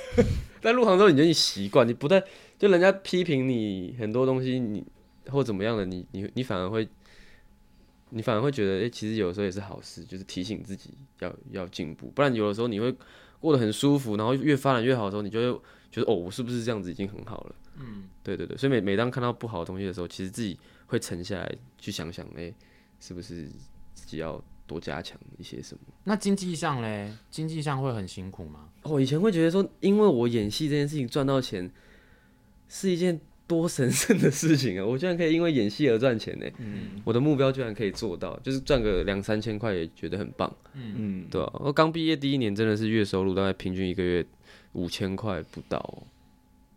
(laughs) 在入行之后你就习惯，你不太就人家批评你很多东西你，或怎么样的，你你你反而会，你反而会觉得，哎、其实有时候也是好事，就是提醒自己要要进步，不然有的时候你会过得很舒服，然后越发展越好的时候，你就会觉得哦，我是不是这样子已经很好了？嗯，对对对，所以每每当看到不好的东西的时候，其实自己会沉下来去想想，哎、是不是自己要多加强一些什么？
那经济上嘞，经济上会很辛苦吗？
哦我以前会觉得说，因为我演戏这件事情赚到钱，是一件多神圣的事情啊！我居然可以因为演戏而赚钱呢、欸
嗯
我的目标居然可以做到，就是赚个两三千块也觉得很棒，
嗯，
对啊，我刚毕业第一年真的是月收入大概平均一个月五千块不到、哦，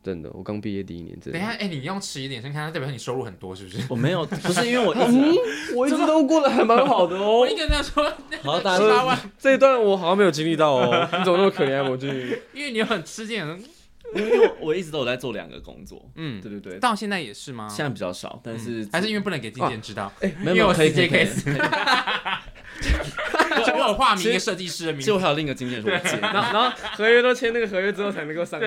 真的，我刚毕业第一年真
等一
的
下，。哎、你用迟疑点先看，它代表你收入很多，是不是？
我没有，不是因为我一
嗯
直
我一直都过得还蛮好的哦
我一个人要说
好
十
大
(laughs)
家
八万，
这一段我好像没有经历到哦，你怎么那么可怜啊，我俊？
因为你很吃惊，很
因为我我一直都有在做两个工作，
嗯
对，对对，
到现在也是吗？嗯
现在比较少，但是
还是因为不能给经纪人知道，
哦哎
没
因
有没
为
有
我
可以
是
可以
J
可以
K，所以我有化名一个设计师的名
就
字
我。还有另一个经纪人说我接，
然后然后合约都签那个合约之后才能够上映。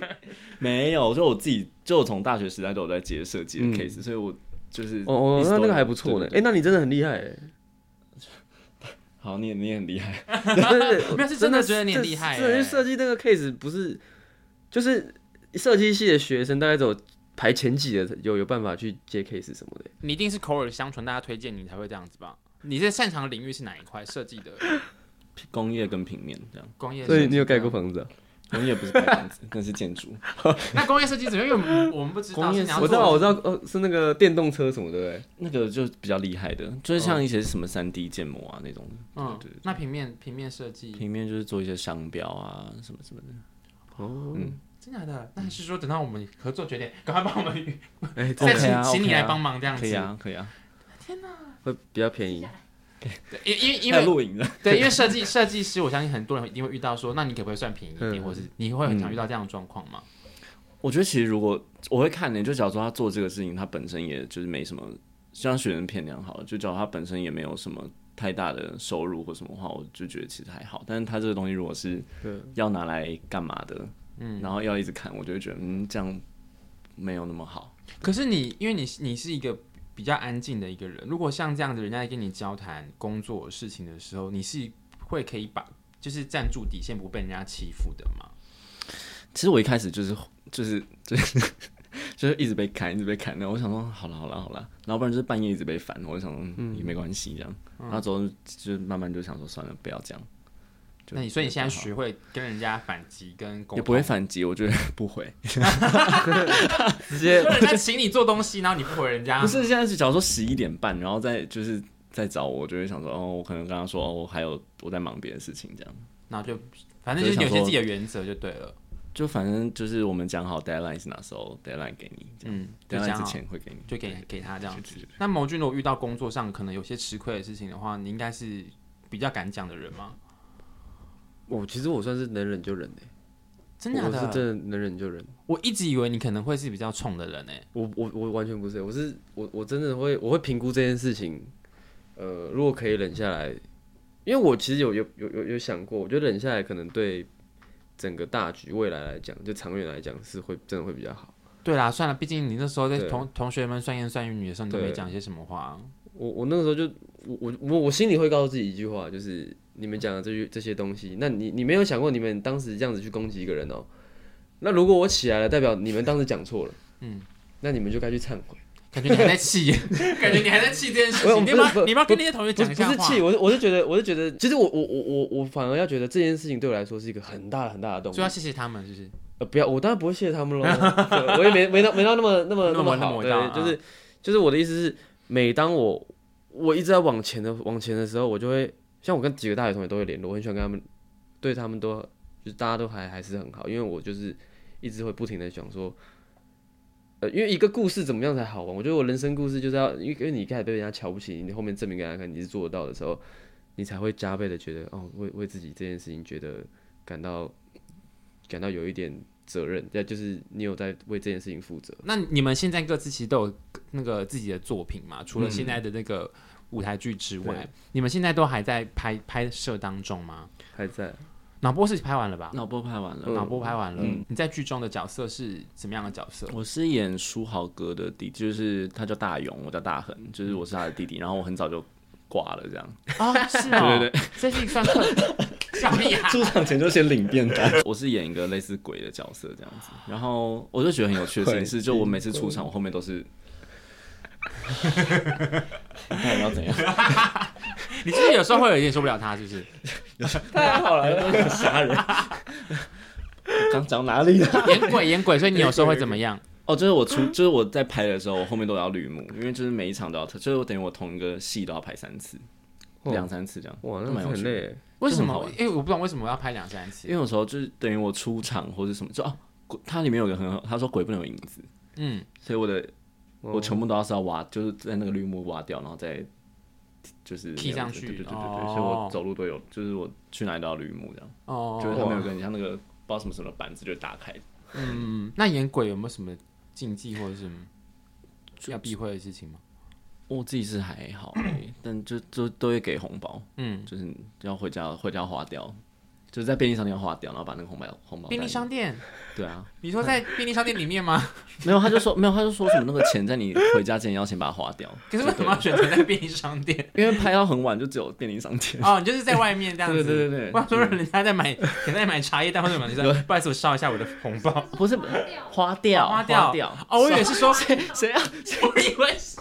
(laughs) 没有，就我自己就我从大学时代都有在接设计的 case，所以我就是
嗯哦哦
一，直
那
都有
那个还不错呢。哎、
对对对
那你真的很厉害 (laughs) 哎。
好，你也你也很厉害， (laughs)
(laughs)
没有是真的觉得你很厉害
真的
欸
去设计那个 case 不是，就是设计系的学生大概只有排前几的有有办法去接 case 什么的。
你一定是口耳相传，大家推荐你才会这样子吧？你在擅长的领域是哪一块？设计的
工业跟平面这样，
工业设计，
所以你有盖过房子、啊？
工业不是盖房子，那是建筑，
那工业设计怎么样？因为我们我们不知道
工业
是你要做
我知道，我知道，呃，是那个电动车什么的，欸对不对？
那个就比较厉害的，就是像一些什么三 D 建模啊那种，
嗯
对对，
那平面平面设计，
平面就是做一些商标啊什么什么的。
哦，
真假的？那还是说等到我们合作决定，赶快帮我们
哎、这
再
OK
请
啊
请你
OK 啊
来帮忙这样子
可以。啊，可以啊，
会比较便宜。
对因因因
还有
为
录影的，
对，因为设计设计师，我相信很多人一定会遇到说，那你可不可以算便宜一点，
嗯
或是你会很常遇到这样的状况吗？
我觉得其实如果我会看呢、就假如说他做这个事情，他本身也就是没什么，像学生片那样好了，就假如他本身也没有什么太大的收入或什么的话，我就觉得其实还好。但是他这个东西如果是
对
要拿来干嘛的，嗯，然后要一直看，我就会觉得嗯这样没有那么好。
可是你，因为你你是一个比较安静的一个人，如果像这样子，人家在跟你交谈工作事情的时候，你是会可以把就是站住底线，不被人家欺负的吗？
其实我一开始就是就是就是 (laughs) 就是一直被砍，一直被砍。然后我想说，好了好了好了，然后不然就是半夜一直被烦，我就想说嗯也没关系这样。
嗯
然后之后就慢慢就想说算了，不要这样。就
那你所以你现在
就好
学会跟人家反击跟沟通，
也 (laughs) 不会反击，我觉得
(laughs)
不会。
直接
就人家请你做东西，然后你不回人家，
不是现在是假如说十一点半，然后再就是再找我，我就会想说，哦，我可能跟他说，哦，我还有我在忙别的事情这样。
然后就反正就是
就
有
是想
些
说
自己的原则就对了。
就反正就是我们讲好 deadline 是哪时候 deadline 给你，这样
嗯，就讲
deadline 之
好，
前会给你，
就给给他这样
对
子。
对对
那毛俊，如果遇到工作上可能有些吃亏的事情的话，你应该是比较敢讲的人吗？
我其实我算是能忍就忍的、欸
真假
我是
的？
真的能忍就忍。
我一直以为你可能会是比较冲的人欸诶、
我我我完全不是，我是我我真的会我会评估这件事情，呃，如果可以忍下来，因为我其实有有有有有想过，我觉得忍下来可能对整个大局未来来讲，就长远来讲是会真的会比较好。
对啦，算了，毕竟你那时候在
对
同同学们酸言酸语的时候，你都没
对
讲些什么
(laughs)
话。
我我那个时候就我我我我心里会告诉自己一句话，就是你们讲的这句这些东西，那你你没有想过你们当时这样子去攻击一个人哦、那如果我起来了，代表你们当时讲错了，
嗯，
那你们就该去忏悔。
感觉你还在气，感觉你还在气这件事
我
情。
我
你要不
不
要
是
你要不要跟
不
那些同学
不
讲
是
一
不
下
是
话？
气，我是我是觉得，我是觉得，其实我我我我我反而要觉得这件事情对我来说是一个很大的很大的动
就要
力。
谢谢他们，是不是？
呃，不要，我当然不会谢谢他们喽对，我也没没到没到那么那么
那么
么
那么
好，
伟大啊
对，就是就是我的意思是，每当我我一直在往前的往前的时候，我就会像我跟几个大学同学都会联络，我很喜欢跟他们，对他们都就是大家都还还是很好，因为我就是一直会不停的想说。呃，因为一个故事怎么样才好玩？我觉得我人生故事就是要，因为因为你一开始被人家瞧不起，你后面证明给大家看你是做得到的时候，你才会加倍的觉得，哦，为为自己这件事情觉得感到感到有一点责任，那就是你有在为这件事情负责。
那你们现在各自其实都有那个自己的作品
嗯
嘛？除了现在的那个舞台剧之外，你们现在都还在拍拍摄当中吗？
还在
脑波是拍完了吧？
脑波拍完
嗯
了，
嗯脑波拍完了。你在剧中的角色是怎么样的角色？
嗯
我是演书豪哥的弟，就是他叫大勇，我叫大恒，就是我是他的弟弟。然后我很早就挂了，这样
啊，是
(laughs)
哦，对对对，这是算特 (laughs) 小屁
(laughs)
孩。
出场前就先领便当。 (laughs) 我是演一个类似鬼的角色这样子，然后我就觉得很有趣的事情是，就我每次出场，我后面都是。那 (laughs) 你要 (laughs) 怎样？
你是不是有时候会有一点受不了他，是不是？
(laughs) 太好了，
杀人？ (laughs) 刚讲哪里了？
(laughs) 演鬼演鬼，所以你有时候会怎么 (laughs) 样？
(laughs) 哦，就是我出，就是我在拍的时候，我后面都要绿幕，因为就是每一场都要，就是我等于我同一个戏都要拍三次，
哦
两三次这样。
哇，那
都蛮有
很
趣的
累耶。
为什
这很好
么？
玩
因为我不懂为什么我要拍两三次
因。为有时候就是等于我出场或是什么，就哦，鬼它里面有个很好，他说鬼不能有影子，
嗯，
所以我的
哦
我全部都要是要挖，就是在那个绿幕挖掉，然后再就是
踢上去
对对对对
哦
对，所以我走路都有，就是我去哪里都要绿幕这样，
哦，
就是他们有个很像那个不知道什么什么板子就打开，
嗯，那演鬼有没有什么禁忌或者是什么要避讳的事情吗？
我自己是还好欸、但就就都会给红包，
嗯，
就是要回家回家花掉，就是在便利商店花掉，然后把那个红包红包
便利
袋
商店，
对啊，
(laughs) 你说在便利商店里面 (laughs) 吗？
没有他就说没有他就说什么那个钱在你回家前要先把它花掉，
可是为什 (laughs) 么要选择在便利商店？
啊因为拍到很晚就只有便利商店。
哦，你就是在外面这样子。
对对对对
我想说人家在买，可能在买茶叶蛋或者买什么，不好意思，我烧一下我的红包。
不是花掉，
花掉
花掉
(laughs) 哦，我以为是 (laughs) 说，
(laughs) 谁啊？
我以为是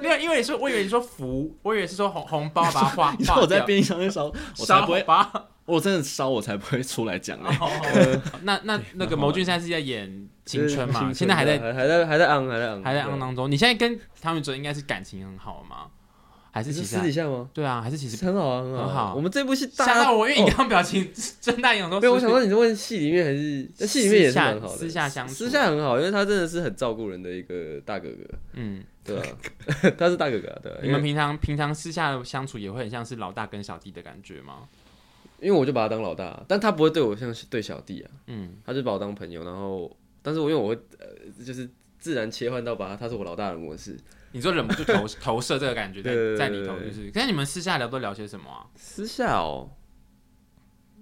没有，因为你说，我以为你说福，我以为是说红红包把它花 (laughs)
你说我
花
在
掉。
便利商店 (laughs) 烧，我才
烧
不会，
吧，
我真的烧，我才不会出来讲欸
哦
呃
那那那个毛俊现在是在演青春嘛？现在还在
还还在还在昂，还在昂，
还在肮
啊对。
当中。你现在跟唐禹哲应该是感情很好吗？还是
你
其
是
实
私底下吗？
对啊？还是其实
很好啊，很
很好
我们这部戏大
吓
家
到我，因为你
哦
刚刚表情睁大眼说，
没有，我想
是不
说
是
你是问戏里面还是那戏里面也是蛮好的，
私下私下相处
私下很好，因为他真的是很照顾人的一个大哥哥，
嗯，
对啊， (laughs) 他是大哥哥啊，对啊，
你
因
们
为
平常平常私下相处也会很像是老大跟小弟的感觉吗？
因为我就把他当老大，啊但他不会对我像是对小弟啊，
嗯，
他就把我当朋友，然后但是我因为我会呃就是自然切换到把他他是我老大的模式，
你就忍不住投 (laughs) 投射这个感觉在
对对对
在里头，就是。可是你们私下聊都聊些什么啊？
私下哦，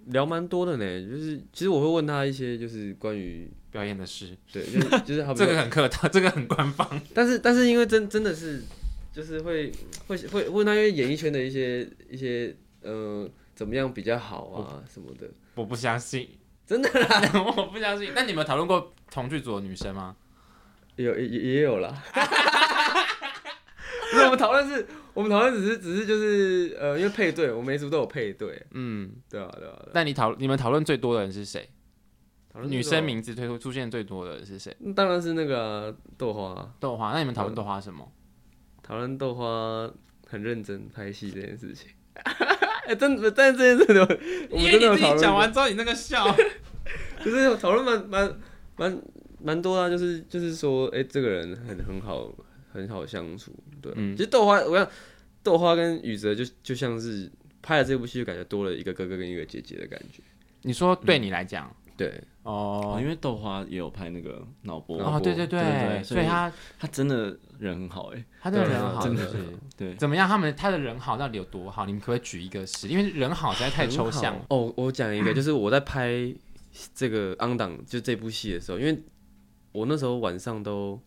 聊蛮多的呢，就是其实我会问他一些就是关于
表演的事，
对，就是
(laughs)
就是他
这个很客套， (laughs) 这个很官方。
但是但是因为真真的是就是会会会问他，因为演艺圈的一些一些呃怎么样比较好
哦
啊什么的，
我不相信，
真的
(laughs) 啦，我不相信。那你们有讨论过同剧组的女生吗？
有也也有啦。
(laughs)
不是我们讨论是，我们讨论只是只是就是呃，因为配对，我们每组都有配对，
嗯，
对啊对啊。对啊
那你讨你们讨论最多的人是谁？
讨论
女
这个
生名字推出出现最多的人是谁？
嗯当然是那个啊、豆花啊，
豆花。那你们讨论豆花什么？
讨论豆花很认真拍戏这件事情。 (laughs) 哎，真的，但是这件事情 (laughs) 我们真的有讨论过，
之后，你那个笑，
就是有讨论蛮蛮蛮蛮多啊，就是就是说，哎、这个人很很好，很好相处，对。啊
嗯
其实豆花，我想豆花跟宇哲就就像是拍了这部戏，就感觉多了一个哥哥跟一个姐姐的感觉，
你说对你来讲，
对，
哦，
哦
因为豆花也有拍那个脑波，
脑
哦，
波
对对
对对对
所
所以
以他
他真的人很好哎、
他对
对
人好，
真
就
的
是
对，
怎么样？他们他的人好到底有多好？你们可不可以举一个实例？因为人好实在太抽象
很好。哦。我讲一个，就是我在拍这个《昂档》就这部戏的时候，因为我那时候晚上都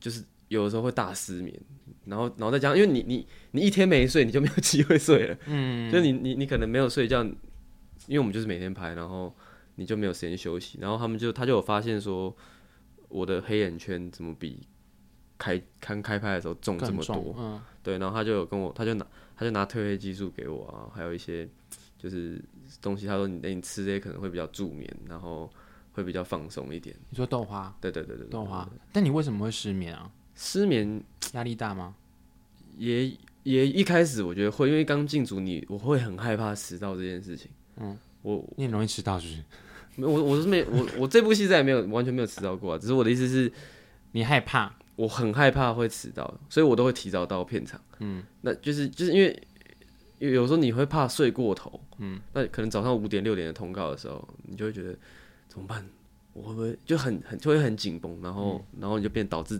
就是有的时候会大失眠，然后然后再加上，因为你你你一天没睡，你就没有 (laughs) 机会睡了，
嗯，
就你你你可能没有睡觉，因为我们就是每天拍，然后你就没有时间休息，然后他们就他就有发现说我的黑眼圈怎么比开看开拍的时候重这
更
么多，
重，嗯，
对，然后他就有跟我，他就拿他就拿褪黑激素给我啊，还有一些就是东西，他说你、诶你吃这些可能会比较助眠，然后会比较放松一点。
你说豆花，
对对对对对
豆花，但你为什么会失眠啊？
失眠
压力大吗？
也也一开始我觉得会，因为刚进组你我会很害怕迟到这件事情。
嗯，
我
你很容易迟到，是不是？
没有我我是没有我我这部戏再也没有完全没有迟到过啊，只是我的意思是
你害怕？
我很害怕会迟到，所以我都会提早到片场。
嗯，
那就是就是因为有有时候你会怕睡过头，嗯，那可能早上五点六点的通告的时候，你就会觉得怎么办？我会不会就很很就会很紧绷，然后、然后你就变导致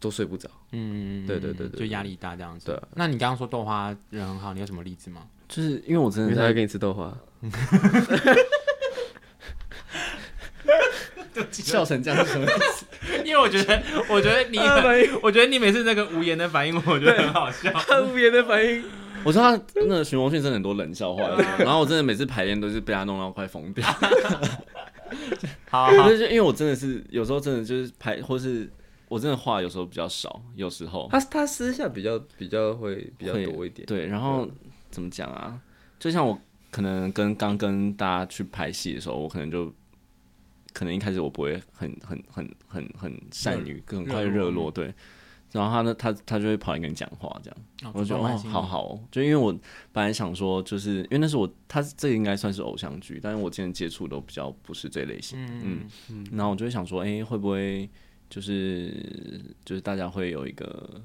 都睡不着。
嗯，
对对对对
就压力大这样子。
对啊，
那你刚刚说豆花人很好，你有什么例子吗？
就是因为我真
因为
的
他会
在
给你吃豆花，
(laughs) 笑成这样 (laughs) 是什么意思？
(laughs) 因为我觉得， (laughs) 我觉
(laughs)
得你，
哎
(laughs) 我觉得你每次那个无言的反应，我觉得很好笑。
他无言的反应，
我知道他那个徐荣迅真的很多冷笑 (laughs) 话，然后我真的每次排练都是被他弄到快疯 (laughs) 掉。
(laughs)
好好
可是就因为我真的是有时候真的就是排，或是我真的话有时候比较少，有时候
他他私下比较比较会比较
会
多一点。
对，然后怎么讲啊？就像我可能跟刚跟大家去拍戏的时候，我可能就可能一开始我不会很很很很很善于很快就热
热
络，对。然后他呢，他他就会跑来跟你讲话，这样。
哦
我就觉得
豆花
哦
心，理
好好哦，就因为我本来想说，就是因为那是我，他这个应该算是偶像剧，但是我之前接触都比较不是这类型，
嗯
然后我就会想说，哎、会不会就是就是大家会有一个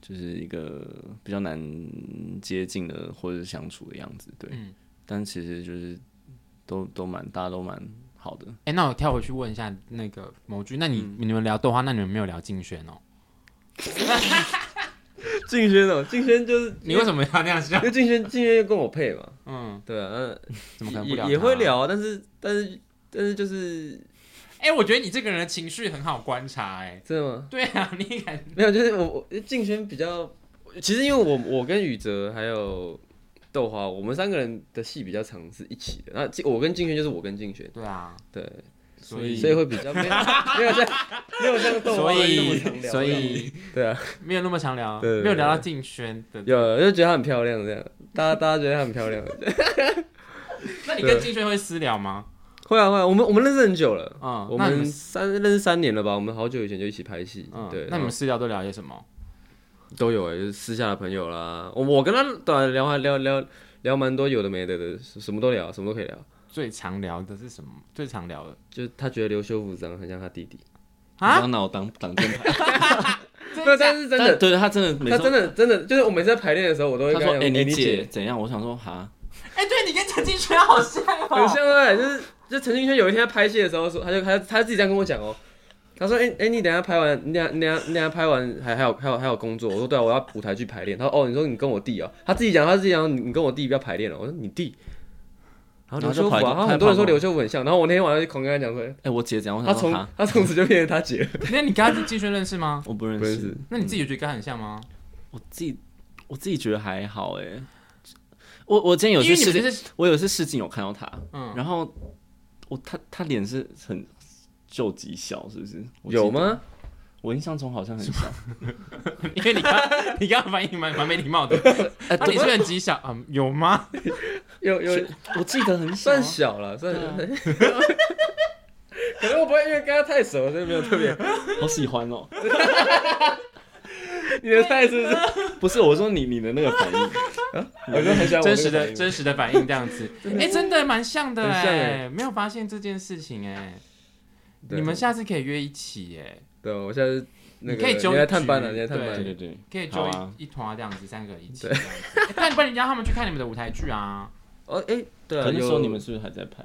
就是一个比较难接近的或者是相处的样子，对，
嗯
但其实就是都都蛮大家都蛮好的，
哎、那我跳回去问一下那个某剧，那你、
嗯
你们聊豆花，那你们没有聊竞选哦？
(laughs) 静轩哦，静轩就是
(laughs) 你为什么要那样笑
因？为静轩静轩又跟我配嘛，
嗯，
对啊，那
怎么可能不
也
聊？
也会。聊啊，但是但是但是就是
哎、我觉得你这个人的情绪很好观察、哎，
真的吗？
对 (laughs) 啊，你感
没有，就是我我静轩比较，其实因为我我跟宇哲还有豆花，我们三个人的戏比较常是一起的。那静我跟静轩就是我跟静轩，
对啊，
对，
所
以
所以会比较没有没有像没有像豆花
所
那么
以
常聊。
所以
对啊，
没有那么常聊，
对对对
没有聊到静轩的。
有就觉得她很漂亮这样，大家大家觉得她很漂亮，
那你跟静轩会私聊吗？
会啊会啊，我们我们认识很久了，
嗯，
我
那你
哦们三认识三年了吧？我们好久以前就一起拍戏，
嗯，
对，
那你
然后
们私聊都聊些什么？
都有哎、就是私下的朋友啦。我我跟他对啊聊还聊聊聊蛮多有的没的的，什么都聊，什么都可以聊。
最常聊的是什么？最常聊的
就是他觉得刘修复长很像他弟弟，
你
啊
要？拿我当挡箭牌，
真假
那但是 (laughs) 真
但
的，
对他真的没
他
错，
真的真的就是我每次在排练的时候，我都会
他
跟
说
讲，
哎、
哎
你
你
姐怎样？我想说哈，
哎、对你跟陈静轩好像
很
哦。
像哎，就是就陈俊轩有一天在拍戏的时候说，他就他他自己这样跟我讲哦。他说：“哎、哎、你等一下拍完，你等一下你等一下你等一下拍完还还有还有还有工作。”我说：“对啊，我要舞台剧排练。”他说：“哦，你说你跟我弟啊、他自己讲他自己讲，你你跟我弟不要排练了。”我说：“你弟。”然后刘修复
然后就跑
啊，
来
然后很多人说
他跑过来
刘修复很像。然后我那天晚上就狂跟他讲说，
哎、我姐怎样？我
他
想说
从
哈，
他从此就变成他姐了。
那你跟他静轩认识吗？
我不认
不认识
识，
那你自己有觉得跟他很像吗？
我自己我自己觉得还好哎、我我今天
嗯
有
因
去
为你
试
们就是
我有一次试镜有看到他，
嗯
然后我他他脸是很就极小，是不是？我记得
有？吗？
我印象中好像很小。
因为你刚你刚刚反应蛮蛮没礼貌的，
(laughs) 哎
那、你是不是很极小？嗯，有吗？
啊有有
我记得很小啊
算小啊了，算。 (laughs) 可能我不会因为跟他太熟，所以没有特别。
好喜欢哦。
你的菜是不是？
不是，我说你你的那个反应，
(laughs) 我就很喜欢我那个
真实
反
的
应
真实的反应这样
(laughs)
子，哎、真的蛮像的
很像
哎、
哎
没有发现这件事情哎、
对
你们下次可以约一起哎、
对，啊我下次那个
你可以揪一
来探班了，
局
你来探
对
班。
对对，
可以就
好
一、
啊
一团这样子，三个一起这样子。欸但不然你让他们去看你们的舞台剧啊？
哦，哎，对啊，
可那时
有
候你们是不是还在拍？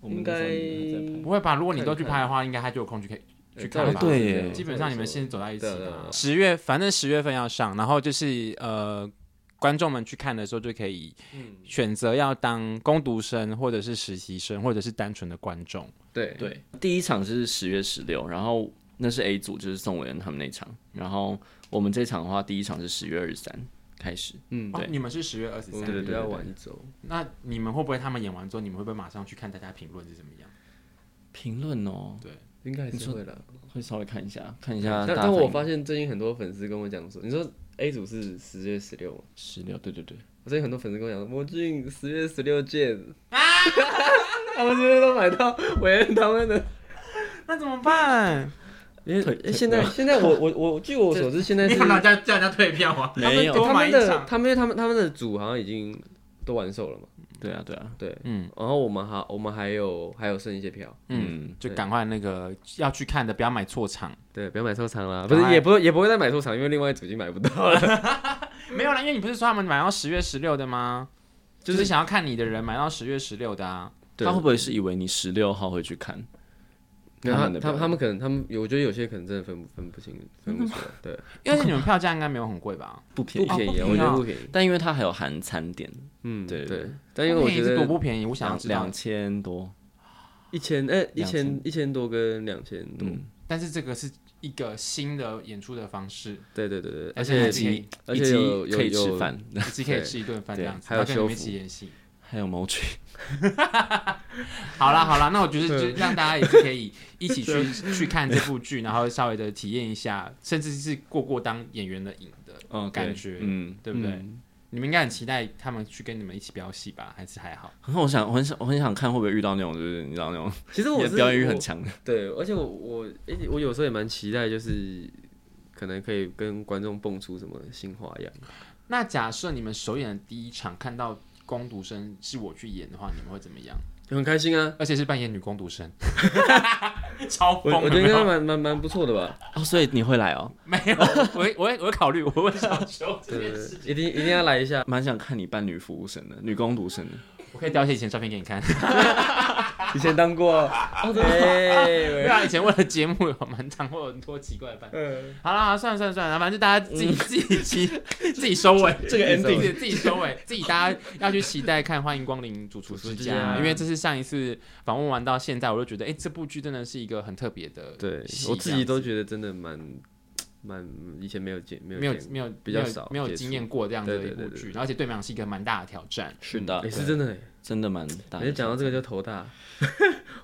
我们
应
那时
该
候你们还在拍。
不会吧？如果你都去拍的话，应该他就有空去可以去
照
看
理
吧。
哦对耶
基本上你们先走在一起
对啊对啊对
的
啊。
十月，反正十月份要上，然后就是呃，观众们去看的时候就可以
嗯
选择要当攻读生，或者是实习生，或者是单纯的观众。
对
对，第一场是十月十六，然后那是 A 组，就是宋伟恩他们那场。然后我们这场的话，第一场是十月二十三开始。
嗯，
哦
对，
你们是十月二十
我
三
们
对对
比
对
较晚一周。
那你们会不会他们演完之后，你们会不会马上去看大家评论是怎么样？
评论哦，
应该还是会的，
会稍微看一下，看一下大家
但
反应。
但我发现最近很多粉丝跟我讲说，你说 A 组是十月十六嘛？
十六，对对对，
我最近很多粉丝跟我讲，魔镜十月十六见，
啊
(laughs) 他们现在都买到韦恩他们的，
那怎么办？
因为
退
诶
退
现在
票
现在我我我据我所知，现在
你
是
有拿叫叫人家退票啊？
没有
多
他
买
们
一
的
场。
他们因为他们他们的组好像已经都完售了嘛，
对啊对啊，
对，
嗯
然后我们还我们还有还有剩一些票，
嗯，
嗯，
就赶快那个要去看的，不要买错场。
对，不要买收藏啦，不
赶
是
快
也不也不会再买收藏，因为另外一组已经买不到
(laughs)
了，
(laughs) 没有啦，因为你不是说他们买到十月十六的吗？就是想要看你的人买到十月十六的啊。
对
他会不会是以为你十六号会去看？
然后
他们的
他
表
们
演
他们可能他们，我觉得有些可能真的分不分不清分不出来，对，
因为你们票价应该没有很贵吧？
(laughs) 不
不
便宜，
哦
便宜，
不便宜啊
我觉得不便宜，
但因为它还有含餐点，
嗯，
对
对
对，
但因为我觉
多
得
不便宜，我想要
两
知道
两。千多，
一千哎一千
2000
一千多跟两千多，
嗯，
但是这个是一个新的演出的方式，
对对对对，
而
而
且还
且
可以
而
以
且
及
有有
可以吃
有嗯
饭，
自己可以吃一顿饭这
对
样子，
还有
然后跟你们一
修复
起演戏。
还有毛去。
好啦好啦，那我觉得就让大家也是可以一起去去看这部剧，然后稍微的体验一下，甚至是过过当演员的瘾的，
(laughs) 嗯，
感
对
觉
嗯，
对不对？
哦嗯
你们应该很期待他们去跟你们一起飙戏吧？还是还好？
然后我想，我很想，我很想看会不会遇到那种，就是你知道那种
其实我是
表演欲很
我
强的，
对，而且我我诶我有时候也蛮期待，就是可能可以跟观众蹦出什么新花样。
那假设你们首演的第一场看到攻读生是我去演的话，你们会怎么样？
很开心啊！
而且是扮演女攻读生， (laughs) 超
我
疯！啊
我觉得
有
应
没
该
有
蛮蛮蛮不错的吧？
哦，所以你会来哦，
没有，我会我会我会考虑，我会想说这
对
件事，，
一定一定要来一下。
蛮想看你扮女服务生的，女工读生的，
我可以调一些以前照片给你看。
以前当过，哦
对
对，
啊，以前为了节目有蛮常会有很多奇怪的扮演。
嗯，
好啦，好啦算了算了算了，反正大家自己自己期自己收尾，
(laughs) 这个 ending
自己自己收尾，自己大家要去期待看《欢迎光临主厨之
主厨之
家》
家
因为这是上一次访问完到现在，我就觉得，哎、这部剧真的是一个很特别的戏这
对
样子，
我自己都觉得真的蛮蛮以前没有见没有
没有
见过
没有
比较少
没有没有
接触
经验过这样子的
对
一
对
部
对
剧
对，
而且对我们俩是一个蛮大的挑战。
是的
也是真的欸。
嗯真的蛮大的。
每次讲到这个就头大，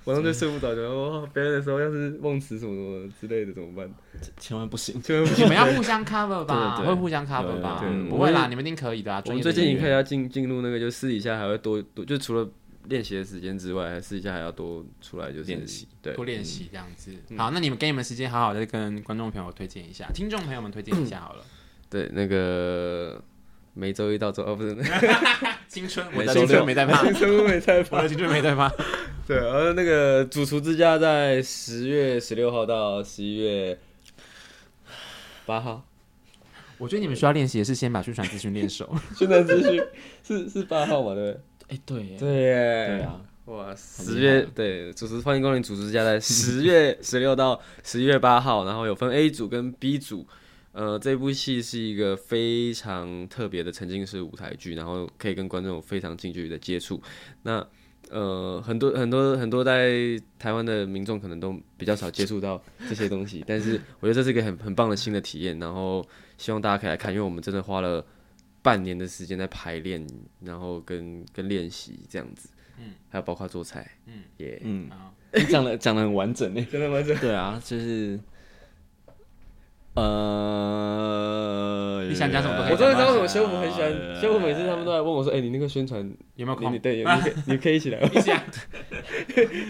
晚上就睡不着，觉得哦，表演的时候要是忘词什么什么之类的怎么办？
千万不行，
千万不
你们要互相 cover
(laughs)
吧，
对对对
会互相 cover 吧嗯
有有有，
不会啦，你们一定可以的啊。
我
专
们
业
最
的
近
演
也
员
开始要进进入那个，就私底下还会多多，就除了练习的时间之外，还私底下还要多出来就是
练习，
对
多练
嗯
习这样子。好，那你们给你们时间，好好的跟观众朋友推荐一下，听众朋友们推荐一下好了。
对，那个每周一到周二不是，
青春，
每
我的
周
青春
六
没在怕，
生物美菜
我的青春没在怕。
对，然后那个主厨之家在十月十六号到十一月八号，
我觉得你们需要练习的是先把宣传资讯练熟。
宣传资讯是是八号嘛，对不
哎，对耶
对？对耶
对。啊，
哇，
厉
十
害啊
月对，主持欢迎光临主持家在
(laughs)
十月十六到十一月八号，然后有分 A 组跟 B 组。呃，这部戏是一个非常特别的沉浸式舞台剧，然后可以跟观众有非常近距离的接触。那呃，很多很多很多在台湾的民众可能都比较少接触到这些东西，但是我觉得这是一个很很棒的新的体验，然后希望大家可以来看，因为我们真的花了半年的时间在排练，然后跟跟练习这样子。嗯，还有包括做菜，嗯，也
嗯
好，
你讲的讲的很完整呢。欸
真的吗？这
对啊，就是呃，
你想讲什么都可以
我
讲
终于知道为什么修复很喜欢修复，每次他们都来问我说：“哎，你那个宣传，
有没有
你
空
你？对，你可以你可以一起来。” (laughs)
一起啊，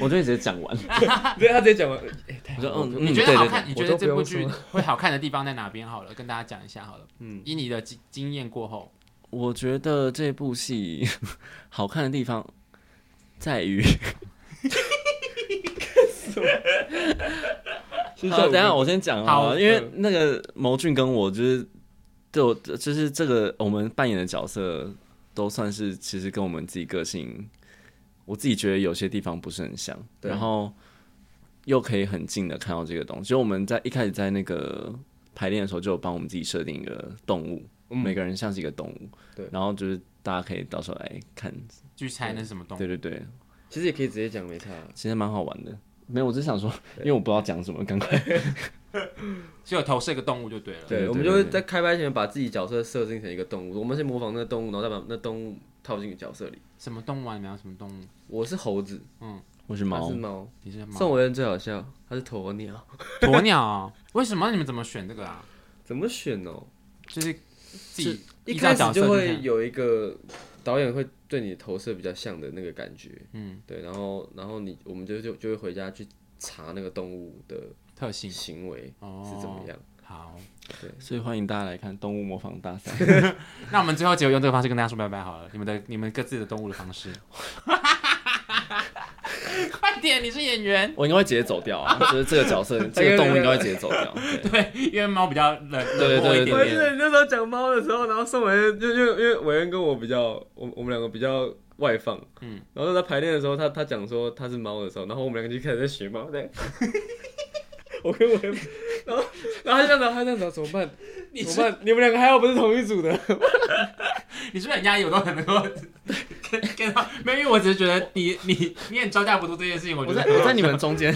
我终于直接讲完。
对，他直接讲完，哎，太
我说
好了
嗯，
你觉得好看？
对
你
对对
觉
我
得
都不
这
用
部剧
说
会好看的地方在哪边？好了，跟大家讲一下好了。
嗯
以你的经经验过后，
我觉得这部戏 (laughs) 好看的地方在于，
先
好，
下午
等一下我先讲好
好
了，因为那个毛俊跟我就是对我就是这个我们扮演的角色都算是其实跟我们自己个性，我自己觉得有些地方不是很像，
对
然后又可以很近的看到这个东西。就我们在一开始在那个排练的时候，就有帮我们自己设定一个动物，
嗯
每个人像是一个动物，
对
然后就是大家可以到时候来看，
去猜那是什么动物
对？对对，
其实也可以直接讲，没差。
其实蛮好玩的。没有，我只想说，因为我不知道讲什么，刚刚
只有投射一个动物就对了。
对，
对
我们
对
就会
对
在开拍前把自己角色设定成一个动物，我们先模仿那个动物，然后再把那动物套进角色里。
什么动物啊？你们有什么动物？
我是猴子，
(laughs) 我是
他
猫
是，猫。
你是猫？
宋伟恩最好笑，他是鸵鸟。
鸵鸟哦？为什么你们怎么选这个啊？
怎么选哦？
就是自己
一
依
开
照角色
始就
去
会
看
有一个导演会对你投射比较像的那个感觉，
嗯
对，然后然后你我们就就就会回家去查那个动物的
特性
行为
哦
是怎么样。
好，
所以欢迎大家来看动物模仿大赛。
那我们最后只有用这个方式跟大家说拜拜好了。你们的你们各自的动物的方
(laughs)
式。快点，你是演员。
我应该会直接走掉 (laughs) 啊，就是这个角色，这个动物应该会直接走掉。对
对，因为猫比较冷
对
冷漠一
对
点
我还
点
记。得你那时候讲猫的时候，然后宋伟恩就因为因为伟恩跟我比较，我我们两个比较外放，嗯
嗯，
然后在排练的时候，他他讲说他是猫的时候，然后我们两个就开始在学猫，对。 (laughs) 我跟伟恩，然后然后他这样子，他这样子怎么办？
你
怎
是
么办？你们两个还好不是同一组的？
你是不是很压抑？我都很能够 (laughs) 跟跟到，没有，因为我只是觉得你你你很招架不住这件事情，我觉
我
得
在
很好
我在你们中间，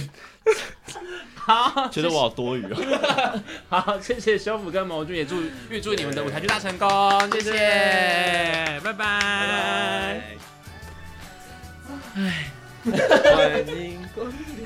好，
(laughs) 觉得我好多余哦。
(laughs) 好，谢谢修复跟毛俊，也祝预祝你们的舞台剧大成功，谢谢，拜拜
拜
欢迎光临。